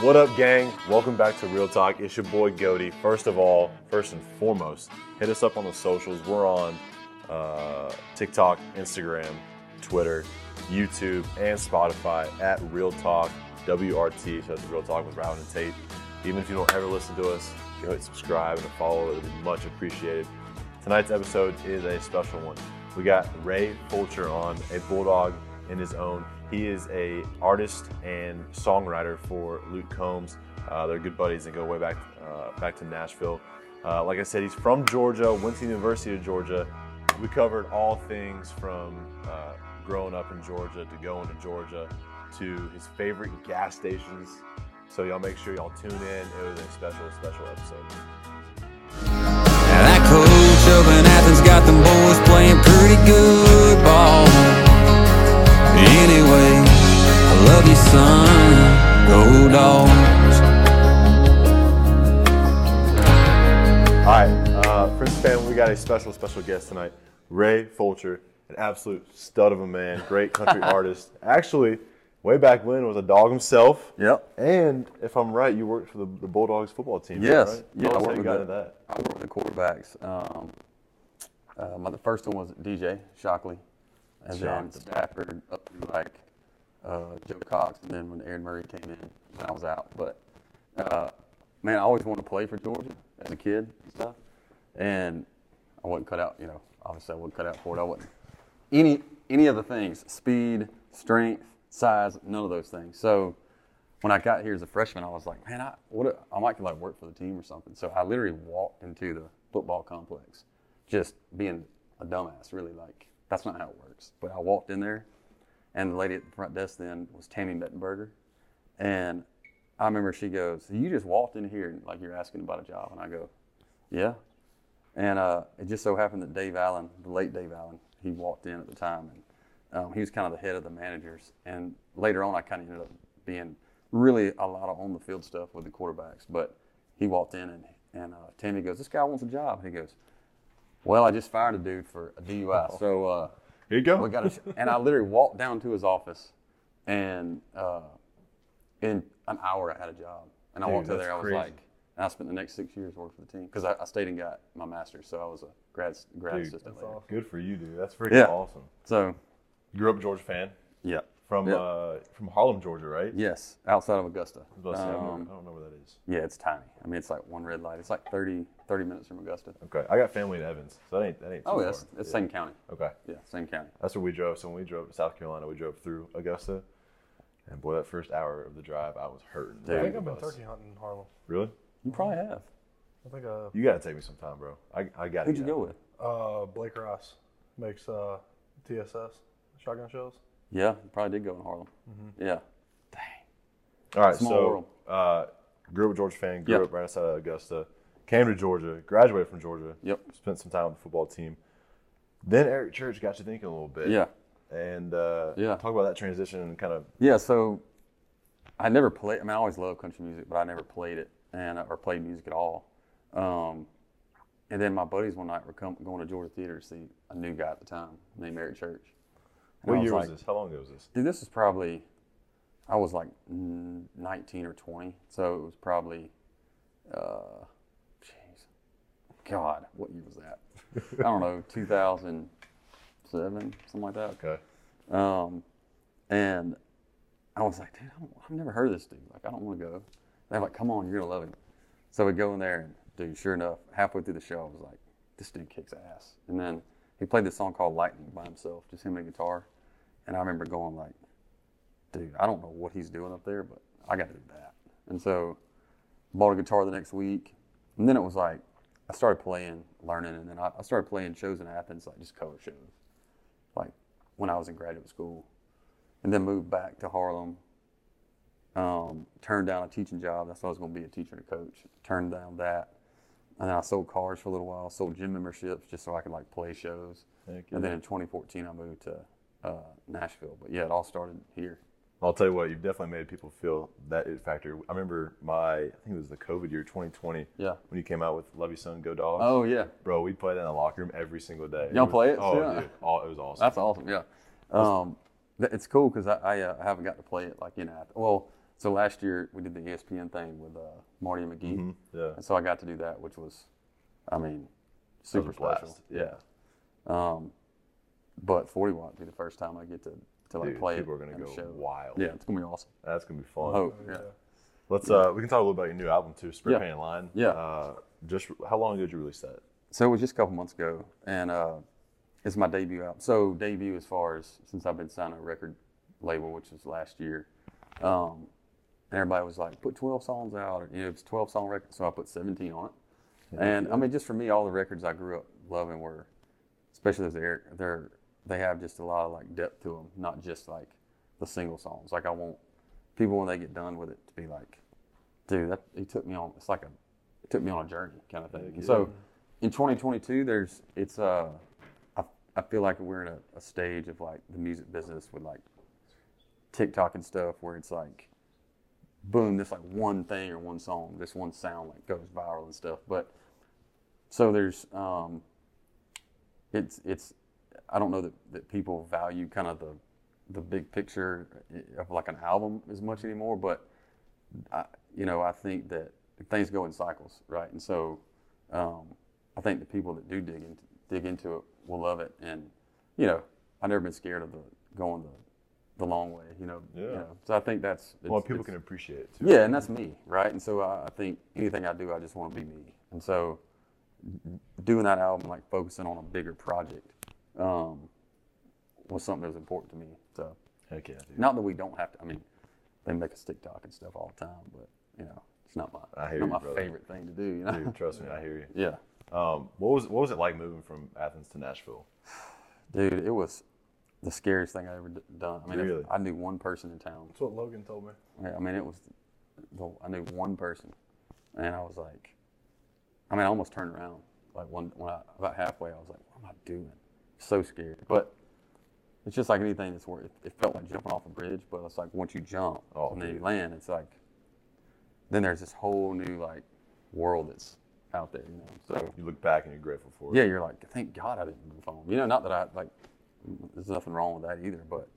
What up, gang? Welcome back to Real Talk. It's your boy Goody. First of all, first and foremost, hit us up on the socials. We're on uh, TikTok, Instagram, Twitter, YouTube, and Spotify at Real Talk WRT. So that's Real Talk with Robin and Tate. Even if you don't ever listen to us, go hit subscribe and a follow. It'd be much appreciated. Tonight's episode is a special one. We got Ray Fulcher on, a bulldog in his own. He is a artist and songwriter for Luke Combs. Uh, they're good buddies and go way back uh, back to Nashville. Uh, like I said, he's from Georgia, went to the University of Georgia. We covered all things from uh, growing up in Georgia to going to Georgia to his favorite gas stations. So y'all make sure y'all tune in. It was a special, special episode. Now that coach up in Athens got them boys playing pretty good ball. Anyway, I love you, son. Go dogs. All right, uh, Prince fan, we got a special, special guest tonight, Ray Fulcher, an absolute stud of a man, great country artist. Actually, way back when was a dog himself. Yep. And if I'm right, you worked for the, the Bulldogs football team. is that Yes. Right? Yeah, I Tell us how worked you with got the- into that. I worked with the quarterbacks. Um, uh, my, the first one was DJ Shockley, and Shocked. then Stafford up through like uh, Joe Cox, and then when Aaron Murray came in, then I was out. But uh, man, I always wanted to play for Georgia as a kid and stuff, and I wasn't cut out. You know, obviously I wasn't cut out for it. I wasn't any any of the things speed, strength, size, none of those things. So when I got here as a freshman, I was like, man, I what a- I might like work for the team or something. So I literally walked into the football complex, just being a dumbass. Really, like that's not how it works. But I walked in there, and the lady at the front desk then was Tammy Mettenberger, and I remember she goes, "You just walked in here and like you're asking about a job," and I go, "Yeah." And uh, it just so happened that Dave Allen, the late Dave Allen, he walked in at the time, and um, he was kind of the head of the managers. And later on, I kind of ended up being really a lot of on the field stuff with the quarterbacks. But he walked in, and, and uh, Tammy goes, "This guy wants a job." And he goes, "Well, I just fired a dude for a DUI, so uh, Here you go. we got." A and I literally walked down to his office, and uh, in an hour, I had a job. And I Dude, walked out that's there, I was crazy. like, and I spent the next six years working for the team because I, I stayed and got my master's, so I was a grad grad Dude, assistant that's later. awesome. Good for you, dude. That's freaking Yeah. awesome. So, You grew up a Georgia fan yeah, from Yeah. uh, from Harlem, Georgia, right? yes, outside of Augusta. I was about to say, I, don't Um, know, I don't know where that is. yeah, it's tiny. I mean, it's like one red light. It's like 30, 30 minutes from Augusta. Okay, I got family in Evans, so that ain't that ain't too Oh, far. yeah, it's, it's Yeah. same county. Okay. Yeah, same county. That's where we drove. So when we drove to South Carolina, we drove through Augusta. And boy, that first hour of the drive, I was hurting. Dude. I Riding think the I've been bus. turkey hunting in Harlem. Really? You probably have. I think uh, You gotta take me sometime, bro. I, I gotta. Who'd you get go out. with? uh, Blake Rice makes uh, TSS shotgun shells. Yeah, you probably did go in Harlem. Yeah. Dang. All right, Small so world. Uh, grew up a Georgia fan. Grew Yep. up right outside of Augusta. Came to Georgia. Graduated from Georgia. Yep. Spent some time with the football team. Then Eric Church got you thinking a little bit. Yeah. And uh, Yeah. talk about that transition and kind of Yeah, so I never played. I mean, I always loved country music, but I never played it and uh, or played music at all. Um, and then my buddies one night were come, going to Georgia Theater to see a new guy at the time named Eric Church. And I what year like, was this? How long ago was this? Dude, this is probably I was like mm, 19 or 20, so it was probably, uh, jeez, God, what year was that? I don't know, 2007, something like that. Okay. Um, and I was like, dude, I don't, I've never heard of this dude. Like, I don't want to go. They're like, come on, you're gonna love him. So we go in there, and dude, sure enough, halfway through the show, I was like, this dude kicks ass. And then he played this song called Lightning by himself, just him and a guitar. And I remember going like, dude, I don't know what he's doing up there, but I got to do that. And so bought a guitar the next week. And then it was like, I started playing, learning, and then I, I started playing shows in Athens, like just cover shows, like when I was in graduate school. And then moved back to Harlem. Um, turned down a teaching job. That's why I was going to be a teacher and a coach. Turned down that. And then I sold cars for a little while, sold gym memberships just so I could like play shows. Heck And then in 2014, I moved to uh, Nashville. But yeah, it all started here. I'll tell you what, you've definitely made people feel that it factor. I remember my, I think it was the COVID year, 2020. Yeah. When you came out with Love You Son, Go Dogs. Oh yeah, Bro, we played that in the locker room every single day. Y'all was- play it Oh, still? dude. Oh, it was awesome. that's awesome. Yeah, um, th- it's cool because I, I uh, haven't got to play it like in Athens. Well, So last year we did the ESPN thing with uh, Marty and McGee, Yeah. and so I got to do that, which was, I mean, super special. blast. Yeah. Um, but 40 watt will be the first time I get to to like Dude, play. people it are gonna and go show. wild. Yeah, it's gonna be awesome. That's gonna be fun. Oh, yeah. Let's uh we can talk a little about your new album too, Spray Yeah. Paint and Line. Yeah. Uh just how long ago did you release that? So it was just a couple months ago, and uh, it's my debut album. So debut as far as since I've been signed to a record label, which was last year. Um, and everybody was like, put 12 songs out, or you know, it's 12 song record, so I put 17 on it. And I mean, just for me, all the records I grew up loving were, especially those Eric, they're they have just a lot of like depth to them, not just like the single songs. Like I want people when they get done with it to be like, dude, that he took me on. It's like a it took me on a journey kind of thing. And so in 2022, there's it's uh, I, I feel like we're in a, a stage of like the music business with like TikTok and stuff where it's like, boom, this like one thing or one song, this one sound like goes viral and stuff. But so there's um, it's it's I don't know that, that people value kind of the the big picture eh, of like an album as much anymore, but I, you know, I think that things go in cycles, right? And so, um, I think the people that do dig into, dig into it will love it. And you know, I've never been scared of the going the the long way. You know, you Yeah. know. so I think that's it's, Well people it's- can appreciate it too. yeah, and that's me, right? And so I, I think anything I do, I just want to be me. And so doing that album, like focusing on a bigger project, um, was something that was important to me. So Heck yeah, dude. not that we don't have to. I mean, they make us TikTok and stuff all the time, but you know, it's not my I hear not you, my brother. favorite thing to do. You know? Dude, trust me, I hear you. Yeah, Um, what was what was it like moving from Athens to Nashville? dude, it was the scariest thing I ever d- done. I mean, if Really? I knew one person in town. That's what Logan told me. Yeah, I mean, it was, the, I knew one person, and I was like, I mean, I almost turned around. Like one, when I, about halfway, I was like, what am I doing? So scared. But it's just like anything that's where it, it felt like jumping off a bridge, but it's like once you jump Oh, and then you dude. land, it's like, then there's this whole new like world that's out there, you know? So You look back and you're grateful for it. yeah, you're like, thank God I didn't move home. You know, not that I like, there's nothing wrong with that either, but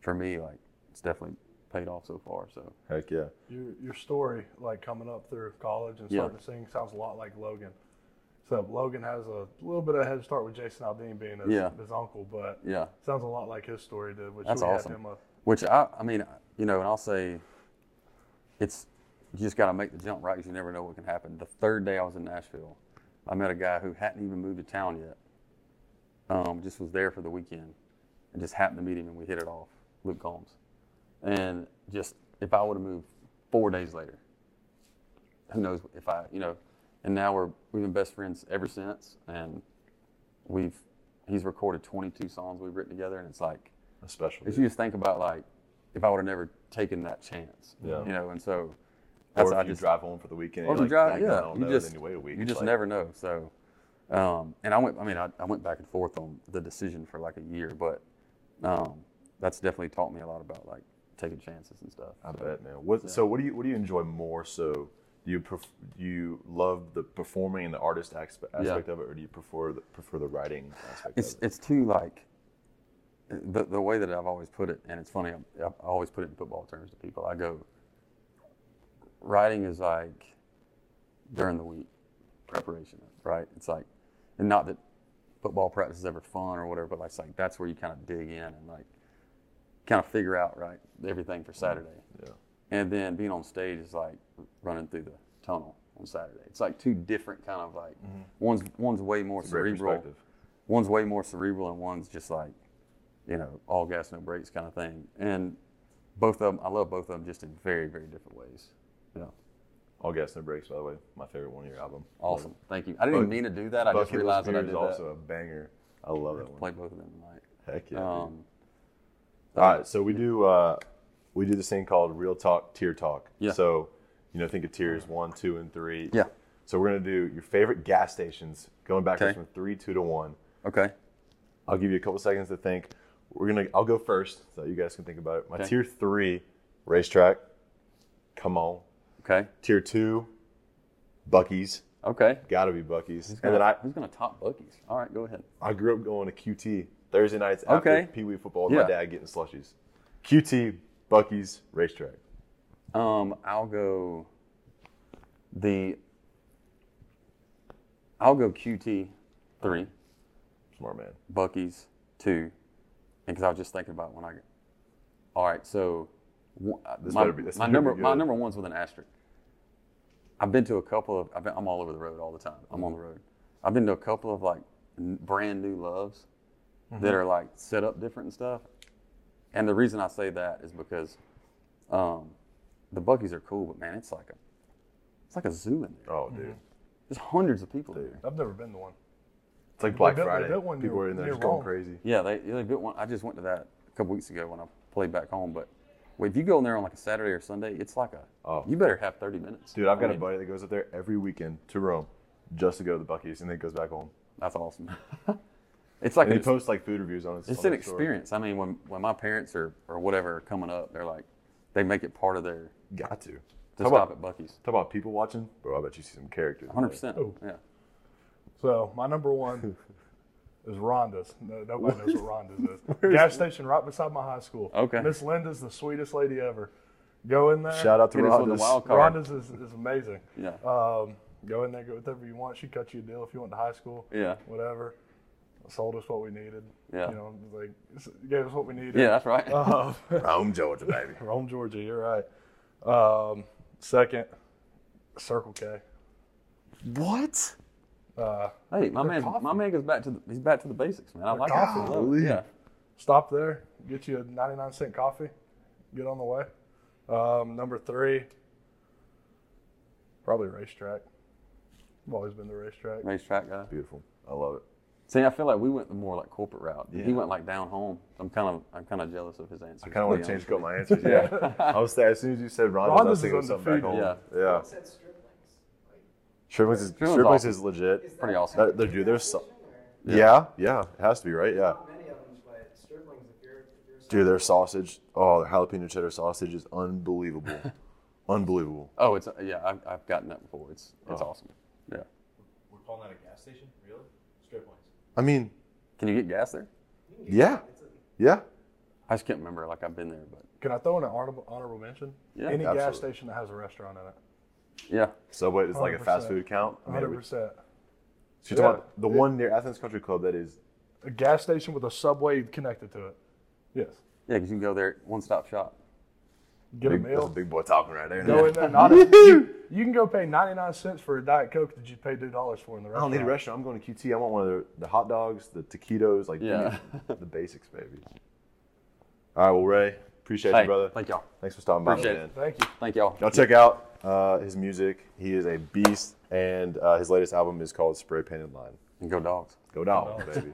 for me, like, it's definitely paid off so far. So Yeah. Heck yeah. Your your story, like coming up through college and Yeah. starting to sing, sounds a lot like Logan. Except Logan has a little bit of a head start with Jason Aldean being his, Yeah. his uncle, but yeah. sounds a lot like his story did, which That's we awesome. had him a Which I, I mean, you know, and I'll say, it's you just got to make the jump right because you never know what can happen. The third day I was in Nashville, I met a guy who hadn't even moved to town yet. Um, just was there for the weekend, and just happened to meet him, and we hit it off. Luke Combs, and just if I would have moved four days later, who knows if I, you know, and now we're we've been best friends ever since, and we've he's recorded 22 songs we've written together, and it's like That's special. if dude. you just think about like if I would have never taken that chance, Yeah. you know, and so Or that's if I you just drive home for the weekend, Or you're if you like, drive, "Dang, I yeah, don't you know," just then you wait a week. you It's just like, never know. So, um, and I went, I mean, I, I went back and forth on the decision for like a year, but um, that's definitely taught me a lot about like taking chances and stuff. I bet, man. What, So, what do you what do you enjoy more? So, do you pref- do you love the performing and the artist aspe- aspect of it, or do you prefer the, prefer the writing aspect It's of it? it's too like the the way that I've always put it, and it's funny. I, I always put it in football terms to people. I go, writing is like during the week preparation, right? It's like, and not that football practice is ever fun or whatever, but like, it's like that's where you kind of dig in and like kind of figure out right everything for Saturday. Yeah. And then being on stage is like running through the tunnel on Saturday. It's like two different kind of like one's one's way more Mm-hmm. a great cerebral perspective. one's way more cerebral and one's just like, you know, all gas no brakes kind of thing. And both of them, I love both of them just in very very different ways. Yeah, All gas no breaks, by the way. My favorite one of your album. awesome. Thank you. I didn't even mean to do that. I just Bucket List realized that I Beer did is that. also a banger. I love that one. Play both of them tonight. Heck yeah. dude. Um, All right, so we do uh, we do this thing called real talk, tier talk. Yeah. So, you know, think of tiers one, two, and three. Yeah. So we're gonna do your favorite gas stations, going backwards Okay. from three, two to one. okay. I'll give you a couple seconds to think. We're gonna. I'll go first, so you guys can think about it. My Okay. tier three, racetrack. Come on. Okay. Tier two, Bucky's. Okay. Gotta be Bucky's. And then I, who's gonna top Bucky's? All right, go ahead. I grew up going to QT Thursday nights after Okay. Pee Wee football with Yeah. my dad getting slushies. QT, Bucky's, racetrack. Um, I'll go the I'll go QT three, Smart man. Bucky's two, because I was just thinking about when I. All right, so one- This my, better be- this my better be number my good. number one's with an asterisk. I've been to a couple of I've been, I'm all over the road all the time. I'm Mm-hmm. on the road. I've been to a couple of like n- brand new loves Mm-hmm. that are like set up different and stuff. And the reason I say that is because um, the Buckies are cool, but man, it's like a it's like a zoo in there. Oh, dude. There's hundreds of people there. I've never been to one. It's like They Black built- they Friday. built one People near- are in there near just going Rome. crazy. Yeah, they, they built one. I just went to that a couple weeks ago when I played back home. But if you go in there on like a Saturday or Sunday, it's like a Oh. you better have 30 minutes. Dude, I've I got a mean, buddy that goes up there every weekend to Rome just to go to the Bucky's and then goes back home. That's awesome. it's like And he an, posts like food reviews on his it's on an his story. experience. I mean, when when my parents are or whatever are coming up, they're like they make it part of their Got to. to How stop about, at Bucky's. talk about people watching? Bro, I bet you see some characters. in 100. there. percent Oh. Yeah. So my number one is Rhonda's. No, nobody knows what Rhonda's is. Gas station right beside my high school. Okay. Miss Linda's the sweetest lady ever. Go in there. Shout out to Hit us with the Rhonda's. wild card. Rhonda's is, is amazing. Yeah. Um, go in there, get whatever you want. She cut you a deal if you went to high school. Yeah. Whatever. Sold us what we needed. Yeah. You know, like s- gave us what we needed. Yeah, that's right. Um, Rome, Georgia, baby. Rome, Georgia. You're right. Um, second, Circle K. what? Uh, hey, my man, my man goes back to the, he's back to the basics, man. I like that. I love it. Golly. Yeah. stop there, get you a 99 cent coffee, get on the way. Um, number three, probably racetrack. I've always been to racetrack. Racetrack guy. Beautiful. I love it. See, I feel like we went the more like corporate route. Yeah. He went like down home. I'm kind of I'm kind of jealous of his answer. I kind of want to change up my answers. Yeah. I was there, as soon as you said Rhonda's, I Rhonda's was is thinking of something back home. undefeated. Yeah. said striplings. Like, Shrimplin's is, Shrimplin's Shrimplin's awesome. is legit. is Pretty that awesome. That, they're, dude, there's so, competition yeah. yeah, it has to be right, or- yeah. Not many of them, but striplings, if you're, if you're. Dude, their sausage, oh, their jalapeno cheddar sausage is unbelievable, unbelievable. Oh, it's yeah. I've, I've gotten that before. It's it's Oh. awesome. Yeah. We're calling that a gas station? Really? Strip points. I mean, Can you get gas there? you can get yeah, that. It's a- yeah. I just can't remember. Like I've been there, but Can I throw in an honorable, honorable mention? Yeah, Any gas absolutely. station that has a restaurant in it. yeah. Subway is like a fast 100%. food count. I mean, we- 100%. so you're talking about the one near Athens Country Club that is, A gas station with a subway connected to it. Yes. Yeah, 'cause you can go there, one stop shop. Get big, a that's a meal. big boy talking right there. Go in there. Not a, you, you can go pay 99 cents for a Diet Coke that you pay $2 for in the I restaurant. don't need a restaurant. I'm going to QT. I want one of the, the hot dogs, the taquitos, like Yeah. give me the basics, baby. All right, well, Ray, appreciate Hey, you, brother. Thank y'all. Thanks for stopping by, my Appreciate it. man. Thank you. Thank y'all. Y'all check out uh, his music. He is a beast, and uh, his latest album is called Spray Painted Line. And go dogs. Go down, baby.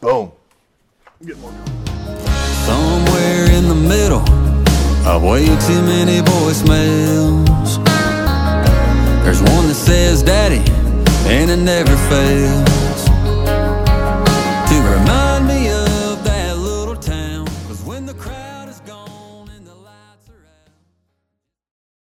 Boom. Somewhere in the middle of way too many voicemails. There's one that says daddy, and it never fails.